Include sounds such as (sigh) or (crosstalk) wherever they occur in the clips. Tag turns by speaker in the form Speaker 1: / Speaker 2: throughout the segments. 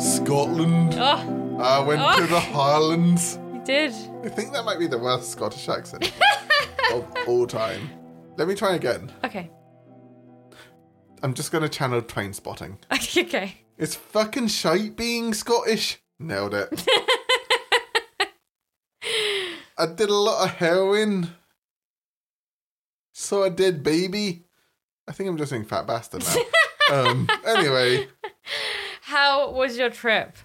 Speaker 1: Scotland.
Speaker 2: Oh, (laughs)
Speaker 1: I went to the Highlands.
Speaker 2: you did.
Speaker 1: I think that might be the worst Scottish
Speaker 2: (laughs)
Speaker 1: accent of all time. Let me try again.
Speaker 2: Okay. (laughs)
Speaker 1: I'm just going to channel train spotting.
Speaker 2: okay.
Speaker 1: It's fucking shite being Scottish. Nailed
Speaker 2: (laughs)
Speaker 1: it. I did a lot of heroin. So I did, baby. I think I'm just saying fat bastard
Speaker 2: (laughs)
Speaker 1: now. um, anyway,
Speaker 2: How was your trip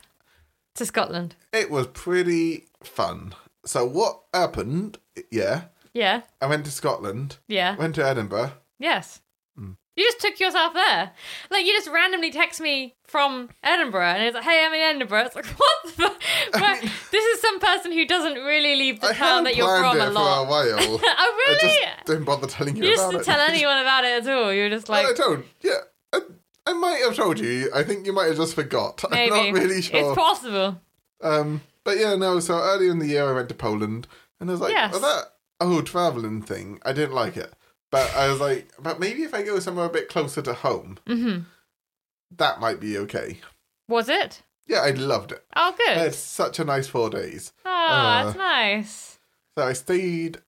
Speaker 2: to Scotland?
Speaker 1: it was pretty fun. So what happened? Yeah,
Speaker 2: Yeah.
Speaker 1: I went to Scotland.
Speaker 2: Yeah.
Speaker 1: Went to Edinburgh.
Speaker 2: Yes.
Speaker 1: Mm.
Speaker 2: You just took yourself there. Like, you just randomly text me from Edinburgh, and it's like, hey, I'm in Edinburgh. It's like, (laughs) what
Speaker 1: (laughs)
Speaker 2: the fu- Where- This is some person who doesn't really leave the
Speaker 1: I
Speaker 2: town
Speaker 1: hadn't
Speaker 2: that you're
Speaker 1: planned it
Speaker 2: from a lot.
Speaker 1: for a while.
Speaker 2: (laughs) oh,
Speaker 1: I
Speaker 2: really?
Speaker 1: just didn't bother telling you,
Speaker 2: you just
Speaker 1: about
Speaker 2: didn't
Speaker 1: it. (laughs)
Speaker 2: tell anyone about it at all. You were just
Speaker 1: And
Speaker 2: like,
Speaker 1: I told. Yeah, I, I might have told you. I think you might have just forgot. (laughs)
Speaker 2: maybe.
Speaker 1: I'm not really sure.
Speaker 2: It's possible.
Speaker 1: um, but yeah, no. So earlier in the year, I went to Poland, and I was like,
Speaker 2: Yes.
Speaker 1: oh, that old traveling thing. I didn't like it, but I was like, but maybe if I go somewhere a bit closer to home,
Speaker 2: hmm
Speaker 1: that might be okay.
Speaker 2: Was it?
Speaker 1: Yeah, I loved it.
Speaker 2: Oh, good.
Speaker 1: I had such a nice four days.
Speaker 2: oh,
Speaker 1: uh,
Speaker 2: that's nice.
Speaker 1: So I stayed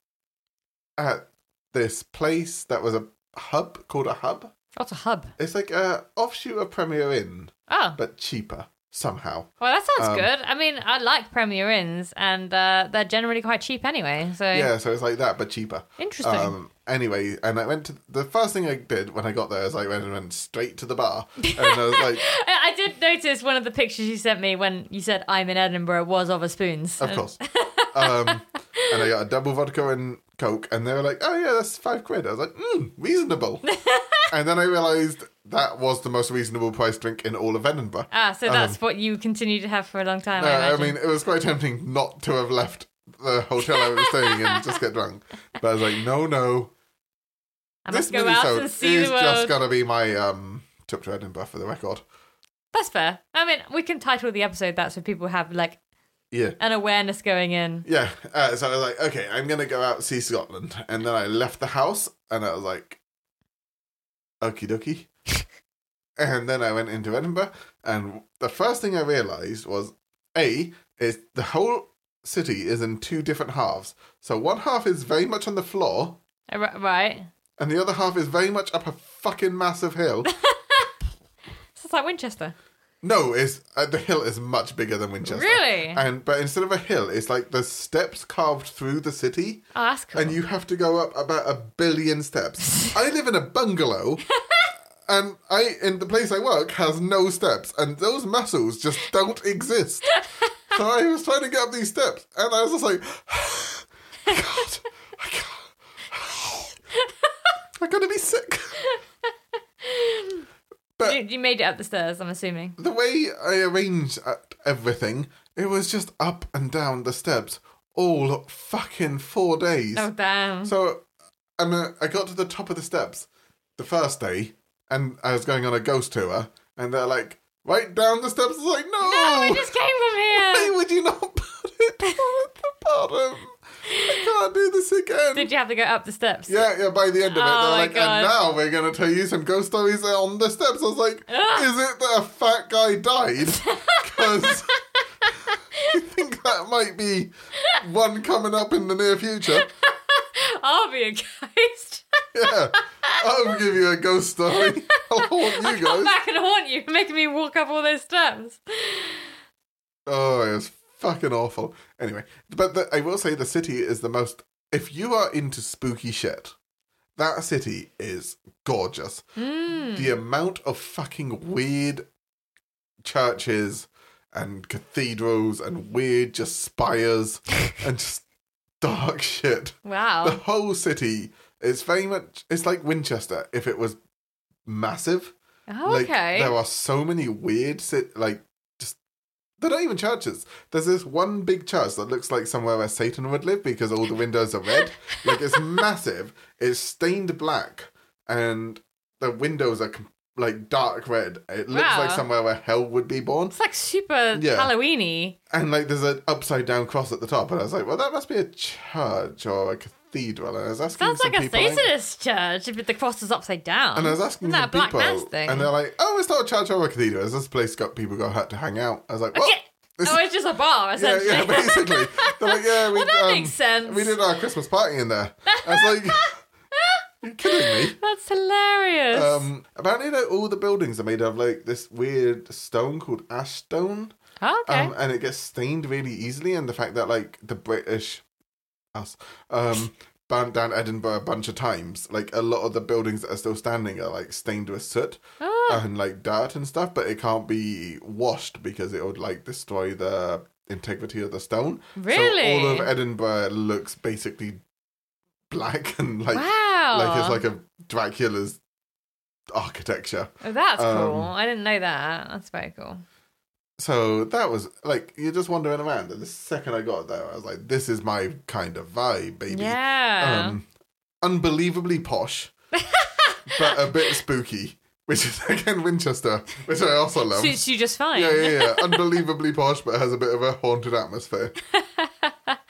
Speaker 1: at this place that was a hub called a hub.
Speaker 2: What's a hub?
Speaker 1: It's like a offshoot of Premier Inn,
Speaker 2: Oh,
Speaker 1: but cheaper somehow.
Speaker 2: well, that sounds
Speaker 1: um,
Speaker 2: good. I mean, I like Premier Inns, and uh, they're generally quite cheap anyway. So
Speaker 1: Yeah, so it's like that but cheaper.
Speaker 2: interesting.
Speaker 1: Um, anyway, and I went to the first thing I did when I got there is I went and went straight to the bar, and I was like,
Speaker 2: (laughs) I, I did notice one of the pictures you sent me when you said I'm in Edinburgh was of a spoons.
Speaker 1: of course. Um, and I got a double vodka and coke, and they were like, oh yeah, that's five quid. I was like, mm, reasonable. and then I realised that was the most reasonable price drink in all of Edinburgh.
Speaker 2: Ah, so that's what you continue to have for a long time. I,
Speaker 1: um, No, Uh, I
Speaker 2: imagine.
Speaker 1: mean, it was quite tempting not to have left the hotel I was staying in and just get drunk. But I was like, no, no.
Speaker 2: I must
Speaker 1: this
Speaker 2: go out
Speaker 1: minisode
Speaker 2: and see
Speaker 1: is
Speaker 2: the world.
Speaker 1: just going to be my um, trip to Edinburgh for the record.
Speaker 2: That's fair. I mean, we can title the episode that so people have like
Speaker 1: Yeah.
Speaker 2: an awareness going in.
Speaker 1: Yeah. Uh, so I was like, okay, I'm going to go out and see Scotland. And then I left the house and I was like, okie
Speaker 2: (laughs)
Speaker 1: dokie. and then I went into Edinburgh. And the first thing I realized was A, is the whole city is in two different halves. So one half is very much on the floor.
Speaker 2: Uh, ri- Right?
Speaker 1: and the other half is very much up a fucking massive hill.
Speaker 2: So it's like Winchester.
Speaker 1: no, it's uh, the hill is much bigger than Winchester.
Speaker 2: Really?
Speaker 1: And but instead of a hill, it's like the steps carved through the city,
Speaker 2: Oh, that's cool.
Speaker 1: and you have to go up about a billion steps. I live in a bungalow. And I, in the place I work, has no steps, and those muscles just don't exist. so I was trying to get up these steps, and I was just like, (gasps) God, I can't. I'm gonna be sick.
Speaker 2: you, you made it up the stairs, I'm assuming.
Speaker 1: the way I arranged uh, everything, it was just up and down the steps all fucking four days.
Speaker 2: Oh, damn.
Speaker 1: So I'm uh, I got to the top of the steps the first day, and I was going on a ghost tour, and they're like, right down the steps. I was like,
Speaker 2: no, I
Speaker 1: no,
Speaker 2: Oh, just came from
Speaker 1: why (laughs)
Speaker 2: here.
Speaker 1: would you not put
Speaker 2: (laughs)
Speaker 1: it down at the bottom? I can't do this again.
Speaker 2: Did you have to go up the steps?
Speaker 1: Yeah, yeah, by the end of it,
Speaker 2: Oh my
Speaker 1: they're like,
Speaker 2: God.
Speaker 1: and now we're going to tell you some ghost stories on the steps. I was like, is it that a fat guy
Speaker 2: (laughs)
Speaker 1: died? (laughs) Because I think that might be one coming up in the near future.
Speaker 2: I'll be a ghost. (laughs)
Speaker 1: Yeah, I'll give you a ghost story. (laughs) I'll haunt you guys.
Speaker 2: Come back and haunt you, making me walk up all those steps.
Speaker 1: Oh, it was fucking awful. Anyway, but the, I will say the city is the most. If you are into spooky shit, that city is gorgeous. The amount of fucking weird churches and cathedrals and weird just spires and just dark shit. (laughs) The
Speaker 2: Wow.
Speaker 1: whole city is very much. It's like Winchester if it was massive.
Speaker 2: Oh, okay.
Speaker 1: Like, there are so many weird, si- like, just they're not even churches. There's this one big church that looks like somewhere where Satan would live because all the windows are
Speaker 2: (laughs)
Speaker 1: red. like, it's massive. It's stained black, and the windows are com- like dark red. It looks like
Speaker 2: Wow.
Speaker 1: somewhere where hell would be born.
Speaker 2: It's like super
Speaker 1: Yeah.
Speaker 2: Halloweeny.
Speaker 1: And like, there's an upside down cross at the top, and I was like, well, that must be a church or a cathedral. cathedral, and I was asking
Speaker 2: Sounds
Speaker 1: some
Speaker 2: like a
Speaker 1: people, I-
Speaker 2: Satanist church if the cross is upside down.
Speaker 1: and I was asking
Speaker 2: Isn't
Speaker 1: some
Speaker 2: that a black
Speaker 1: people,
Speaker 2: mass thing?
Speaker 1: and they're like, "Oh, it's not a church or a cathedral. It's just a place got people got hurt to hang out." I was like, "What?"
Speaker 2: Okay. Oh, it's just a
Speaker 1: (laughs)
Speaker 2: bar,
Speaker 1: Yeah,
Speaker 2: essentially.
Speaker 1: yeah, basically. They're like, yeah, we,
Speaker 2: (laughs) Well, that
Speaker 1: um,
Speaker 2: makes sense.
Speaker 1: We did our Christmas party in there. I was like, (laughs) you're kidding me.
Speaker 2: (laughs) That's hilarious.
Speaker 1: Um, apparently, though, all the buildings are made of like this weird stone called ash stone,
Speaker 2: Oh, okay.
Speaker 1: um, and it gets stained really easily. And the fact that like the British, us, um, burnt down Edinburgh a bunch of times, like a lot of the buildings that are still standing are like stained with soot
Speaker 2: oh,
Speaker 1: and like dirt and stuff, but it can't be washed because it would like destroy the integrity of the stone.
Speaker 2: really?
Speaker 1: So all of Edinburgh looks basically black and uh, like
Speaker 2: wow.
Speaker 1: like it's like a Dracula's architecture.
Speaker 2: Oh, that's
Speaker 1: um,
Speaker 2: cool. I didn't know that. That's very cool.
Speaker 1: So that was like you're just wandering around. And the second I got there, I was like, "This is my kind of vibe, baby."
Speaker 2: Yeah.
Speaker 1: Um, unbelievably
Speaker 2: (laughs)
Speaker 1: posh, but a bit spooky. Which is (laughs) again Winchester, which I also love.
Speaker 2: Suits you just fine.
Speaker 1: um, Yeah,
Speaker 2: (laughs)
Speaker 1: yeah, yeah. Unbelievably posh, but has a bit of a haunted atmosphere.
Speaker 2: (laughs) that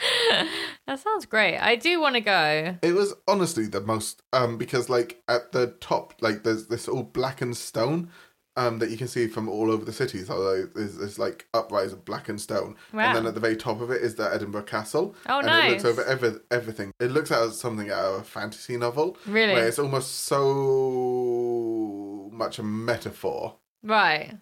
Speaker 2: sounds great. I do want to go.
Speaker 1: It was honestly the most um because like at the top, like there's this all blackened stone um that you can see from all over the city. So like, there's this like uprise of blackened stone,
Speaker 2: Wow.
Speaker 1: and then at the very top of it is the Edinburgh Castle.
Speaker 2: Oh,
Speaker 1: and It
Speaker 2: nice.
Speaker 1: looks over every, everything. It looks out of something out of a fantasy novel.
Speaker 2: Really?
Speaker 1: Where it's almost so much a metaphor.
Speaker 2: Right.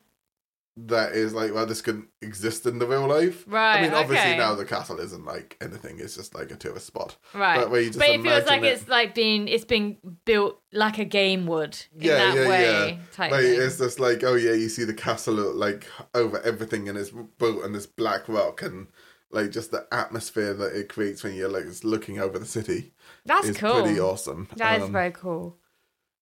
Speaker 1: that is like, well, this couldn't exist in the real life. I
Speaker 2: Right,
Speaker 1: mean, obviously
Speaker 2: okay.
Speaker 1: now the castle isn't like anything; it's just like a tourist spot.
Speaker 2: Right.
Speaker 1: But where you just
Speaker 2: it feels
Speaker 1: imagine
Speaker 2: like
Speaker 1: it-
Speaker 2: it's like being it's being built like a game would in that way type
Speaker 1: Like
Speaker 2: thing.
Speaker 1: it's just like, oh yeah, you see the castle like over everything, and it's built and this black rock, and like just the atmosphere that it creates when you're like just looking over the city
Speaker 2: That's
Speaker 1: is
Speaker 2: cool.
Speaker 1: pretty awesome.
Speaker 2: That is
Speaker 1: Um,
Speaker 2: very cool.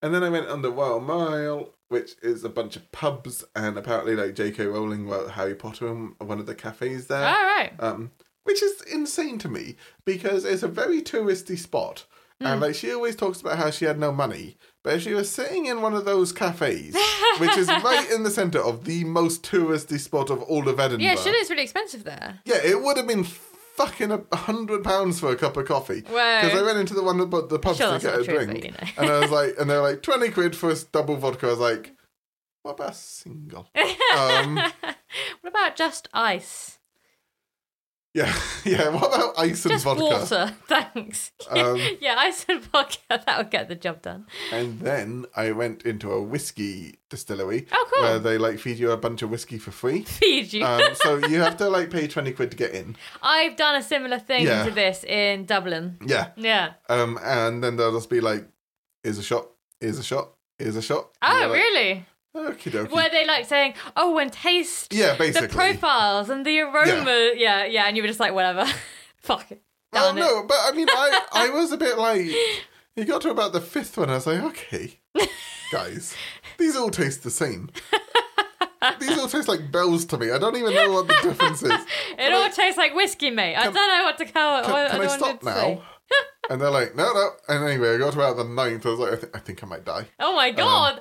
Speaker 1: And then I went on the Royal Mile, which is a bunch of pubs, and apparently like J.K. Rowling wrote Harry Potter in one of the cafes there.
Speaker 2: All right.
Speaker 1: um, which is insane to me because it's a very touristy spot. And
Speaker 2: Hmm.
Speaker 1: like she always talks about how she had no money, but if she was sitting in one of those cafes, which
Speaker 2: (laughs)
Speaker 1: is right in the center of the most touristy spot of all of Edinburgh,
Speaker 2: Yeah, shit, it's really expensive there.
Speaker 1: yeah, it would have been fucking a hundred pounds for a cup of coffee.
Speaker 2: Wow.
Speaker 1: Because I went into the one about the pubs
Speaker 2: Sure,
Speaker 1: to
Speaker 2: that's
Speaker 1: get
Speaker 2: not
Speaker 1: a
Speaker 2: true, but,
Speaker 1: drink,
Speaker 2: you know.
Speaker 1: and I was
Speaker 2: (laughs)
Speaker 1: like, and they're like twenty quid for a double vodka. I was like, what about a
Speaker 2: (laughs)
Speaker 1: single? um,
Speaker 2: What about just ice?
Speaker 1: yeah, (laughs) yeah. What about ice and
Speaker 2: Just
Speaker 1: vodka?
Speaker 2: water, (laughs) thanks.
Speaker 1: Um,
Speaker 2: (laughs) yeah, ice and vodka, (laughs) that would get the job done.
Speaker 1: And then I went into a whiskey distillery.
Speaker 2: Oh, cool.
Speaker 1: Where they like feed you a bunch of whiskey for free.
Speaker 2: Feed you. (laughs)
Speaker 1: Um, so you have to like pay twenty quid to get in.
Speaker 2: I've done a similar thing
Speaker 1: Yeah.
Speaker 2: to this in Dublin.
Speaker 1: Yeah.
Speaker 2: Yeah.
Speaker 1: Um, and then they'll just be like, "Here's a shot. Here's a shot. Here's a shot."
Speaker 2: Oh, really?
Speaker 1: Okay, dokie.
Speaker 2: Were they like saying, oh, and taste
Speaker 1: yeah, basically.
Speaker 2: the profiles and the aroma? Yeah. yeah, and you were just like, whatever. (laughs) Fuck it.
Speaker 1: Oh
Speaker 2: Done it.
Speaker 1: no, but I mean, I I was a bit
Speaker 2: (laughs)
Speaker 1: like, you got to about the fifth one. I was like, okay, guys, these all taste the
Speaker 2: (laughs)
Speaker 1: same. These all taste like bells to me. I don't even know what the difference
Speaker 2: (laughs)
Speaker 1: is.
Speaker 2: It all tastes like whiskey, mate. I don't know what to call it.
Speaker 1: can,
Speaker 2: what,
Speaker 1: can I
Speaker 2: what do
Speaker 1: stop
Speaker 2: to say. (laughs)
Speaker 1: now? and they're like, no, no. And anyway, I got to about the ninth. I was like, I, th- I think I might die.
Speaker 2: Oh my god,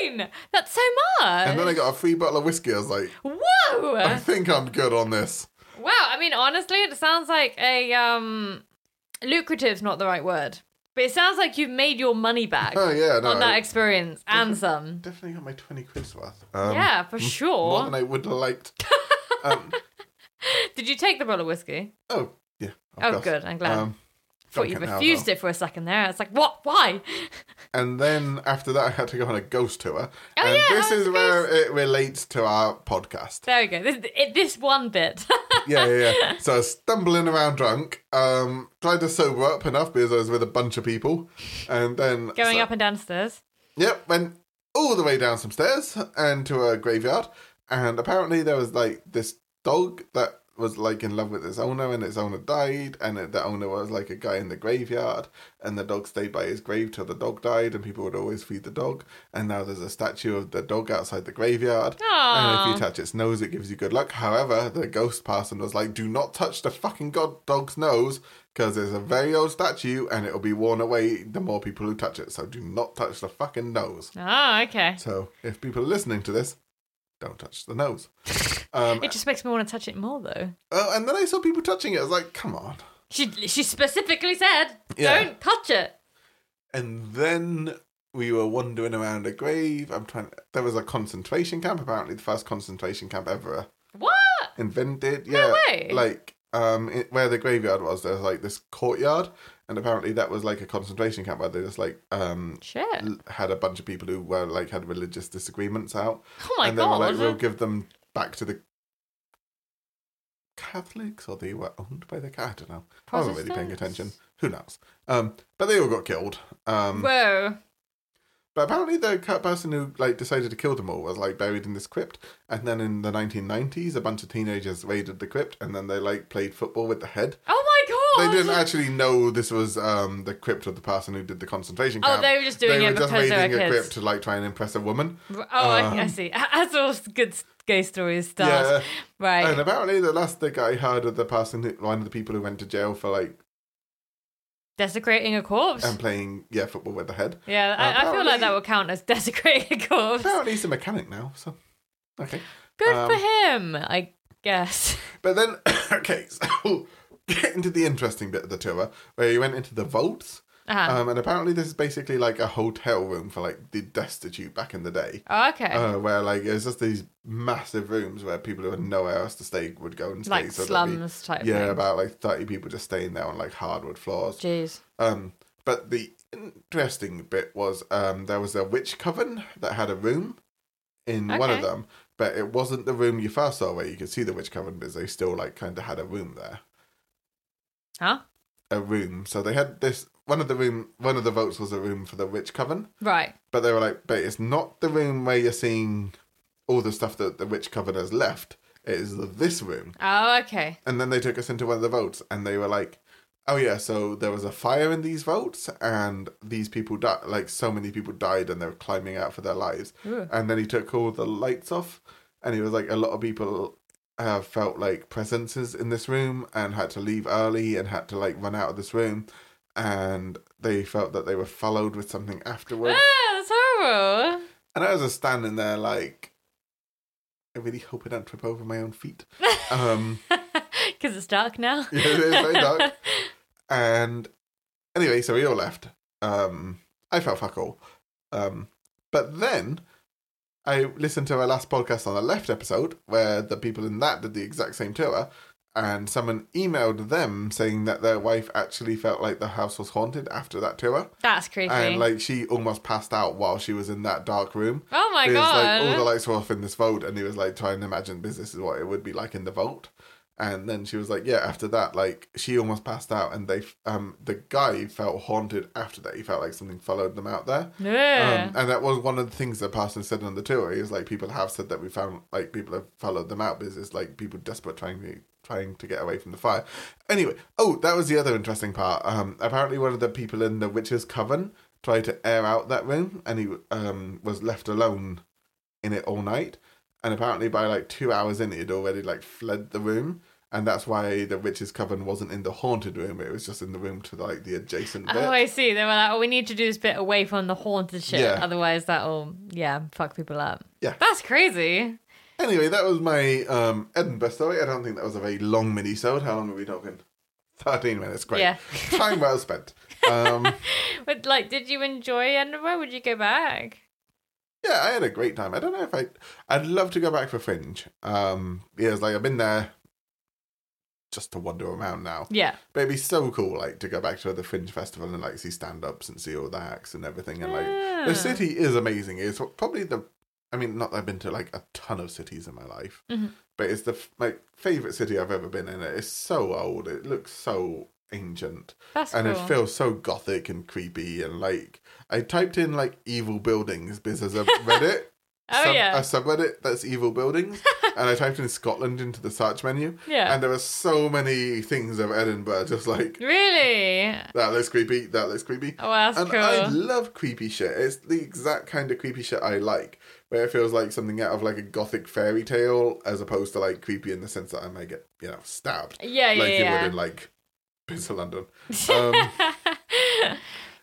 Speaker 2: nine! That's so much.
Speaker 1: And then I got a free bottle of whiskey. I was like, (laughs) I
Speaker 2: Whoa!
Speaker 1: think I'm good on this.
Speaker 2: wow. I mean, honestly, it sounds like a um, lucrative's not the right word, but it sounds like you've made your money back
Speaker 1: Oh yeah, no,
Speaker 2: on that
Speaker 1: (laughs) I (laughs)
Speaker 2: experience and some.
Speaker 1: definitely got my twenty quid's worth. Um,
Speaker 2: yeah, for
Speaker 1: more
Speaker 2: sure.
Speaker 1: than I would have liked. um,
Speaker 2: Did you take the bottle of whiskey?
Speaker 1: oh yeah. of
Speaker 2: Oh,
Speaker 1: course.
Speaker 2: good. I'm glad. Thought
Speaker 1: drunk
Speaker 2: you
Speaker 1: it Um, now,
Speaker 2: refused
Speaker 1: though.
Speaker 2: it for a second there. It's like, what? Why? (laughs)
Speaker 1: And then after that, I had to go on a ghost tour. Oh, and
Speaker 2: yeah,
Speaker 1: this
Speaker 2: I was
Speaker 1: is where it relates to our podcast.
Speaker 2: There we go. This, it, this one bit. (laughs)
Speaker 1: yeah, yeah, yeah. So I was stumbling around drunk, um, tried to sober up enough because I was with a bunch of people, and then
Speaker 2: Going
Speaker 1: so-
Speaker 2: up and downstairs.
Speaker 1: Yep, went all the way down some stairs and to a graveyard, and apparently there was like this dog that was like in love with its owner, and its owner died, and it, the owner was like a guy in the graveyard, and the dog stayed by his grave till the dog died, and people would always feed the dog, and now there's a statue of the dog outside the graveyard, and if
Speaker 2: Aw.
Speaker 1: you touch its nose, it gives you good luck. However, the ghost person was like, "Do not touch the fucking god dog's nose." Because it's a very old statue and it'll be worn away the more people who touch it. So do not touch the fucking nose.
Speaker 2: Oh, okay.
Speaker 1: So if people are listening to this, don't touch the nose. Uh, Um,
Speaker 2: It just makes me want to touch it more, though.
Speaker 1: oh, and then I saw people touching it. I was like, come on.
Speaker 2: She she specifically said,
Speaker 1: Yeah.
Speaker 2: "Don't touch it."
Speaker 1: And then we were wandering around a grave. I'm trying. There was a concentration camp. Apparently, the first concentration camp ever
Speaker 2: What?
Speaker 1: invented. Yeah,
Speaker 2: way.
Speaker 1: like um, it, where the graveyard was, there's like this courtyard, and apparently that was like a concentration camp where they just like um
Speaker 2: Shit.
Speaker 1: l- had a bunch of people who were like had religious disagreements out,
Speaker 2: Oh my
Speaker 1: and they
Speaker 2: god.
Speaker 1: were like, we'll give them back to the. Catholics, or they were owned by the I don't know. I wasn't really paying attention.
Speaker 2: Protestants?
Speaker 1: Who knows? Um, but they all got killed. Um,
Speaker 2: Whoa.
Speaker 1: but apparently, the ca- person who like decided to kill them all was like buried in this crypt, and then in the 1990s, a bunch of teenagers raided the crypt, and then they like played football with the head.
Speaker 2: Oh my
Speaker 1: They
Speaker 2: god.
Speaker 1: didn't actually know this was um, the crypt of the person who did the concentration
Speaker 2: Oh,
Speaker 1: camp.
Speaker 2: they were just doing
Speaker 1: they
Speaker 2: it
Speaker 1: were just
Speaker 2: because they were
Speaker 1: raiding a
Speaker 2: kids.
Speaker 1: crypt to like try and impress a woman.
Speaker 2: R- Oh, I- I
Speaker 1: Um,
Speaker 2: see. (laughs) As all s- good s- gay stories start.
Speaker 1: Yeah, and uh,
Speaker 2: Right.
Speaker 1: apparently the last thing I heard of the person, who, one of the people who went to jail for like
Speaker 2: Desecrating a corpse.
Speaker 1: and playing yeah football with the head.
Speaker 2: yeah,
Speaker 1: uh,
Speaker 2: I, I feel like that
Speaker 1: um, apparently-
Speaker 2: will count as (laughs) desecrating a corpse.
Speaker 1: Apparently he's a mechanic now, so okay.
Speaker 2: Good
Speaker 1: um,
Speaker 2: for him, I guess. (laughs)
Speaker 1: But then, (coughs) okay, so (coughs) get into the interesting bit of the tour where you went into the vaults.
Speaker 2: Uh-huh.
Speaker 1: Um, and apparently, this is basically like a hotel room for like the destitute back in the day,
Speaker 2: Oh, okay.
Speaker 1: uh, where like it was just these massive rooms where people who had nowhere else to stay would go and stay.
Speaker 2: like
Speaker 1: there'd be-
Speaker 2: slums type
Speaker 1: yeah,
Speaker 2: thing.
Speaker 1: about like thirty people just staying there on like hardwood floors.
Speaker 2: Jeez.
Speaker 1: Um, but the interesting bit was um, there was a witch coven that had a room in one of
Speaker 2: Okay.
Speaker 1: them, but it wasn't the room you first saw where you could see the witch coven because they still like kind of had a room there,
Speaker 2: Huh?
Speaker 1: a room. So they had this one of the room, one of the votes was a room for the witch coven,
Speaker 2: Right.
Speaker 1: but they were like, but it's not the room where you're seeing all the stuff that the witch coven has left. It is this room.
Speaker 2: Oh, okay.
Speaker 1: And then they took us into one of the votes, and they were like, "Oh yeah, so there was a fire in these votes, and these people died. Like so many people died, and they were climbing out for their lives."
Speaker 2: Ooh.
Speaker 1: And then he took all the lights off, and he was like, "A lot of people have felt like presences in this room, and had to leave early, and had to like run out of this room, and they felt that they were followed with something afterwards."
Speaker 2: Ah, that's horrible. (laughs)
Speaker 1: And I was just standing there like, I really hope I don't trip over my own feet. Um. (laughs)
Speaker 2: Because it's dark now.
Speaker 1: Yeah, it is very dark. And anyway, so we all left. Um, I felt fuck all. Um, but then I listened to our last podcast on the left episode where the people in that did the exact same tour. And someone emailed them saying that their wife actually felt like the house was haunted after that tour.
Speaker 2: (laughs) That's creepy.
Speaker 1: And like she almost passed out while she was in that dark room.
Speaker 2: oh my
Speaker 1: Because
Speaker 2: god.
Speaker 1: like all the lights were off in this vault, and he was like trying to imagine this, this is what it would be like in the vault. And then she was like, yeah. After that, like she almost passed out, and they, um, the guy felt haunted after that. He felt like something followed them out there.
Speaker 2: (laughs) yeah.
Speaker 1: Um, and that was one of the things the person said on the tour. He was like, people have said that we found like people have followed them out because it's like people desperate trying to trying to get away from the fire. Anyway, oh, that was the other interesting part. Um, apparently, one of the people in the witch's coven tried to air out that room, and he um was left alone in it all night. And apparently, by like two hours in, he'd already like fled the room. And that's why the witch's coven wasn't in the haunted room; it was just in the room to like the adjacent bit.
Speaker 2: Oh, I see. They were like, "Oh, we need to do this bit away from the haunted shit,
Speaker 1: Yeah.
Speaker 2: otherwise that'll, yeah, fuck people up."
Speaker 1: Yeah.
Speaker 2: that's crazy.
Speaker 1: Anyway, that was my um, Edinburgh story. I don't think that was a very long mini-sode. How long were we talking? 13 minutes. Great.
Speaker 2: Yeah.
Speaker 1: (laughs) Time well spent. Um,
Speaker 2: But like, did you enjoy Edinburgh? Would you go back?
Speaker 1: yeah, I had a great time. I don't know if I... I'd love to go back for Fringe. Um, yeah, it's like I've been there just to wander around now.
Speaker 2: Yeah,
Speaker 1: But it'd be so cool, like, to go back to the Fringe Festival and, like, see stand-ups and see all the acts and everything. And, like,
Speaker 2: Ah.
Speaker 1: the city is amazing. It's probably the... I mean, not that I've been to, like, a ton of cities in my life.
Speaker 2: Mhm.
Speaker 1: but it's the f- my favorite city I've ever been in. It's so old. It looks so ancient,
Speaker 2: That's
Speaker 1: and
Speaker 2: cool.
Speaker 1: it feels so gothic and creepy. And like, I typed in like evil buildings because there's a
Speaker 2: (laughs)
Speaker 1: Reddit.
Speaker 2: Oh,
Speaker 1: sub-
Speaker 2: yeah.
Speaker 1: a subreddit that's evil
Speaker 2: (laughs)
Speaker 1: buildings, and I typed in Scotland into the search menu,
Speaker 2: Yeah.
Speaker 1: and there were so many things of Edinburgh, just
Speaker 2: (laughs)
Speaker 1: like
Speaker 2: really?
Speaker 1: that looks creepy, that looks creepy.
Speaker 2: Oh, well, that's
Speaker 1: And
Speaker 2: cool.
Speaker 1: I love creepy shit. It's the exact kind of creepy shit I like, where it feels like something out of like a gothic fairy tale, as opposed to like creepy in the sense that I might get you know stabbed,
Speaker 2: yeah, yeah,
Speaker 1: like you would
Speaker 2: yeah.
Speaker 1: in like Prince of London.
Speaker 2: (laughs)
Speaker 1: Um,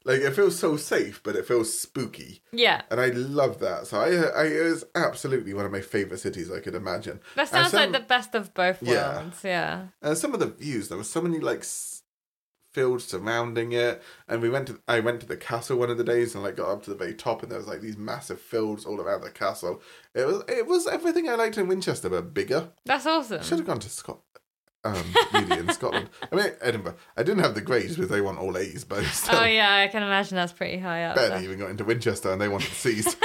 Speaker 1: like it feels so safe, but it feels spooky,
Speaker 2: yeah,
Speaker 1: and I love that. So I, I it was absolutely one of my favorite cities I could imagine.
Speaker 2: that sounds
Speaker 1: some-
Speaker 2: like the best of both
Speaker 1: Yeah.
Speaker 2: worlds. Yeah,
Speaker 1: And some of the views, there were so many like s- field surrounding it. And we went to I went to the castle one of the days and like got up to the very top and there was like these massive fields all around the castle. It was it was everything I liked in Winchester but bigger.
Speaker 2: That's awesome. Oh,
Speaker 1: Should have gone to Scotland. Um, really in Scotland. I mean, Edinburgh. I didn't have the grades because they want all A's, but still,
Speaker 2: Oh yeah, I can imagine that's pretty high up.
Speaker 1: barely
Speaker 2: there.
Speaker 1: even got into Winchester and they wanted
Speaker 2: (laughs)
Speaker 1: C's.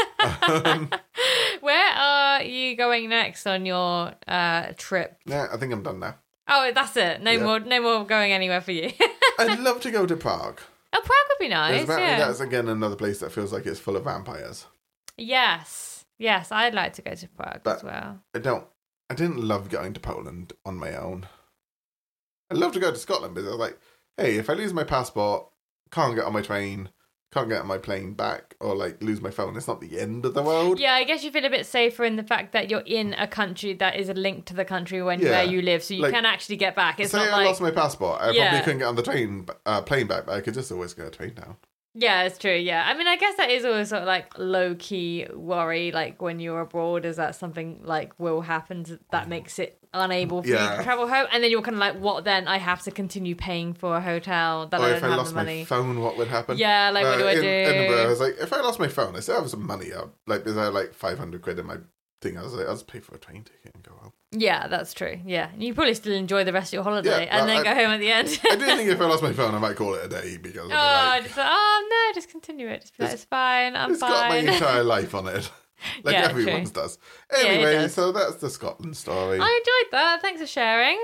Speaker 2: Where are you going next on your uh, trip?
Speaker 1: yeah, I think I'm done now.
Speaker 2: Oh, that's it. No
Speaker 1: Yeah.
Speaker 2: more, no more going anywhere for you. (laughs) oh,
Speaker 1: I'd love to go to Prague.
Speaker 2: Prague would be nice.
Speaker 1: Because apparently
Speaker 2: Yeah.
Speaker 1: that's again another place that feels like it's full of vampires.
Speaker 2: Yes, yes, I'd like to go to Prague
Speaker 1: But-
Speaker 2: as well.
Speaker 1: I don't. I didn't love going to Poland on my own. I love to go to Scotland because I was like, hey, if I lose my passport, can't get on my train, can't get on my plane back, or like lose my phone, it's not the end of the world.
Speaker 2: Yeah, I guess you feel a bit safer in the fact that you're in a country that is linked to the country when
Speaker 1: Yeah.
Speaker 2: where you live, so you
Speaker 1: Like-
Speaker 2: can actually get back. It's
Speaker 1: Say
Speaker 2: not
Speaker 1: I
Speaker 2: like
Speaker 1: lost my passport, I
Speaker 2: Yeah.
Speaker 1: probably couldn't get on the train, uh, plane back, but I could just always get a train down.
Speaker 2: Yeah, it's true. Yeah, I mean, I guess that is always sort of like low key worry, like when you're abroad, is that something like will happen to, that makes it unable for you
Speaker 1: Yeah.
Speaker 2: to travel home, and then you're kind of like, what then? I have to continue paying for a hotel that I
Speaker 1: or
Speaker 2: don't
Speaker 1: if I
Speaker 2: have
Speaker 1: lost
Speaker 2: the
Speaker 1: my
Speaker 2: money.
Speaker 1: phone, what would happen? Uh,
Speaker 2: Yeah, like, what do I
Speaker 1: in
Speaker 2: do?
Speaker 1: Edinburgh, I was like, if I lost my phone, I still have some money up. Like, because I had like 500 quid in my thing. I was like, I'll just pay for a train ticket and go home.
Speaker 2: yeah, that's true. Yeah, and you probably still enjoy the rest of your holiday,
Speaker 1: Yeah, well,
Speaker 2: and then
Speaker 1: I-
Speaker 2: go home at the (laughs) end.
Speaker 1: I do think if I lost my phone, I might call it a day because I'd be
Speaker 2: Oh,
Speaker 1: like,
Speaker 2: just like, oh no, just continue it. Just be like, it's, fine, I'm
Speaker 1: It's got my
Speaker 2: fine.
Speaker 1: entire life on
Speaker 2: (laughs)
Speaker 1: it. like
Speaker 2: Yeah,
Speaker 1: everyone's does.
Speaker 2: it
Speaker 1: Anyway,
Speaker 2: does.
Speaker 1: so that's the Scotland story.
Speaker 2: I enjoyed that. Thanks for sharing.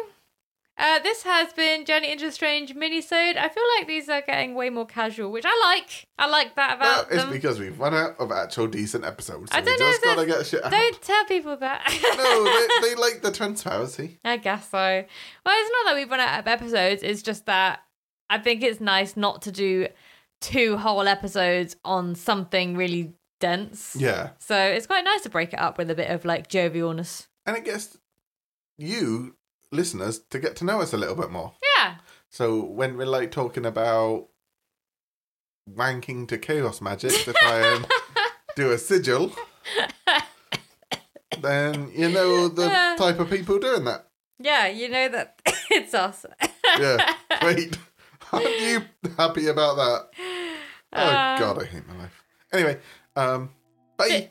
Speaker 2: Uh, this has been Journey into the Strange mini-sode. I feel like these are getting way more casual, which I like. I like that
Speaker 1: That
Speaker 2: about
Speaker 1: is
Speaker 2: them.
Speaker 1: because we've run out of actual decent episodes. So
Speaker 2: I don't
Speaker 1: we
Speaker 2: know
Speaker 1: just
Speaker 2: if
Speaker 1: gotta get shit out.
Speaker 2: Don't tell people that. (laughs)
Speaker 1: No, they, they like the transparency.
Speaker 2: I guess so. Well, it's not that we've run out of episodes. It's just that I think it's nice not to do two whole episodes on something really dense.
Speaker 1: Yeah.
Speaker 2: So it's quite nice to break it up with a bit of like jovialness.
Speaker 1: And it gets you, listeners, to get to know us a little bit more.
Speaker 2: Yeah.
Speaker 1: So when we're like talking about wanking to chaos magic to try and do a sigil, then you know the
Speaker 2: Yeah.
Speaker 1: type of people doing that.
Speaker 2: Yeah, you know that (laughs) it's us.
Speaker 1: Yeah. Wait. Aren't you happy about that? Oh
Speaker 2: Uh,
Speaker 1: god, I hate my life. Anyway, um bye.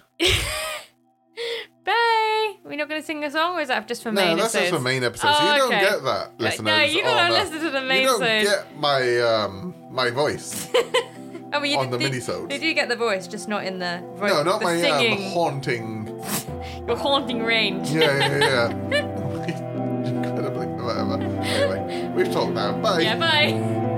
Speaker 2: Bye. We're not going to sing a song, or is that just for
Speaker 1: No,
Speaker 2: main
Speaker 1: that's just
Speaker 2: episodes?
Speaker 1: for main episodes.
Speaker 2: Oh,
Speaker 1: you don't
Speaker 2: okay.
Speaker 1: get that,
Speaker 2: no,
Speaker 1: listeners.
Speaker 2: you
Speaker 1: on
Speaker 2: gotta
Speaker 1: the-
Speaker 2: listen to the main
Speaker 1: You don't
Speaker 2: side.
Speaker 1: get my um my
Speaker 2: (laughs)
Speaker 1: voice.
Speaker 2: Oh, well, you
Speaker 1: on
Speaker 2: did-
Speaker 1: the
Speaker 2: did-
Speaker 1: minisodes.
Speaker 2: Did you get the voice, just not in the voice?
Speaker 1: No, not
Speaker 2: the
Speaker 1: my um,
Speaker 2: singing,
Speaker 1: haunting.
Speaker 2: your haunting range.
Speaker 1: (laughs) Yeah, yeah,
Speaker 2: (laughs)
Speaker 1: (laughs) yeah. Incredibly, whatever. Anyway, we've talked now. Bye.
Speaker 2: yeah bye.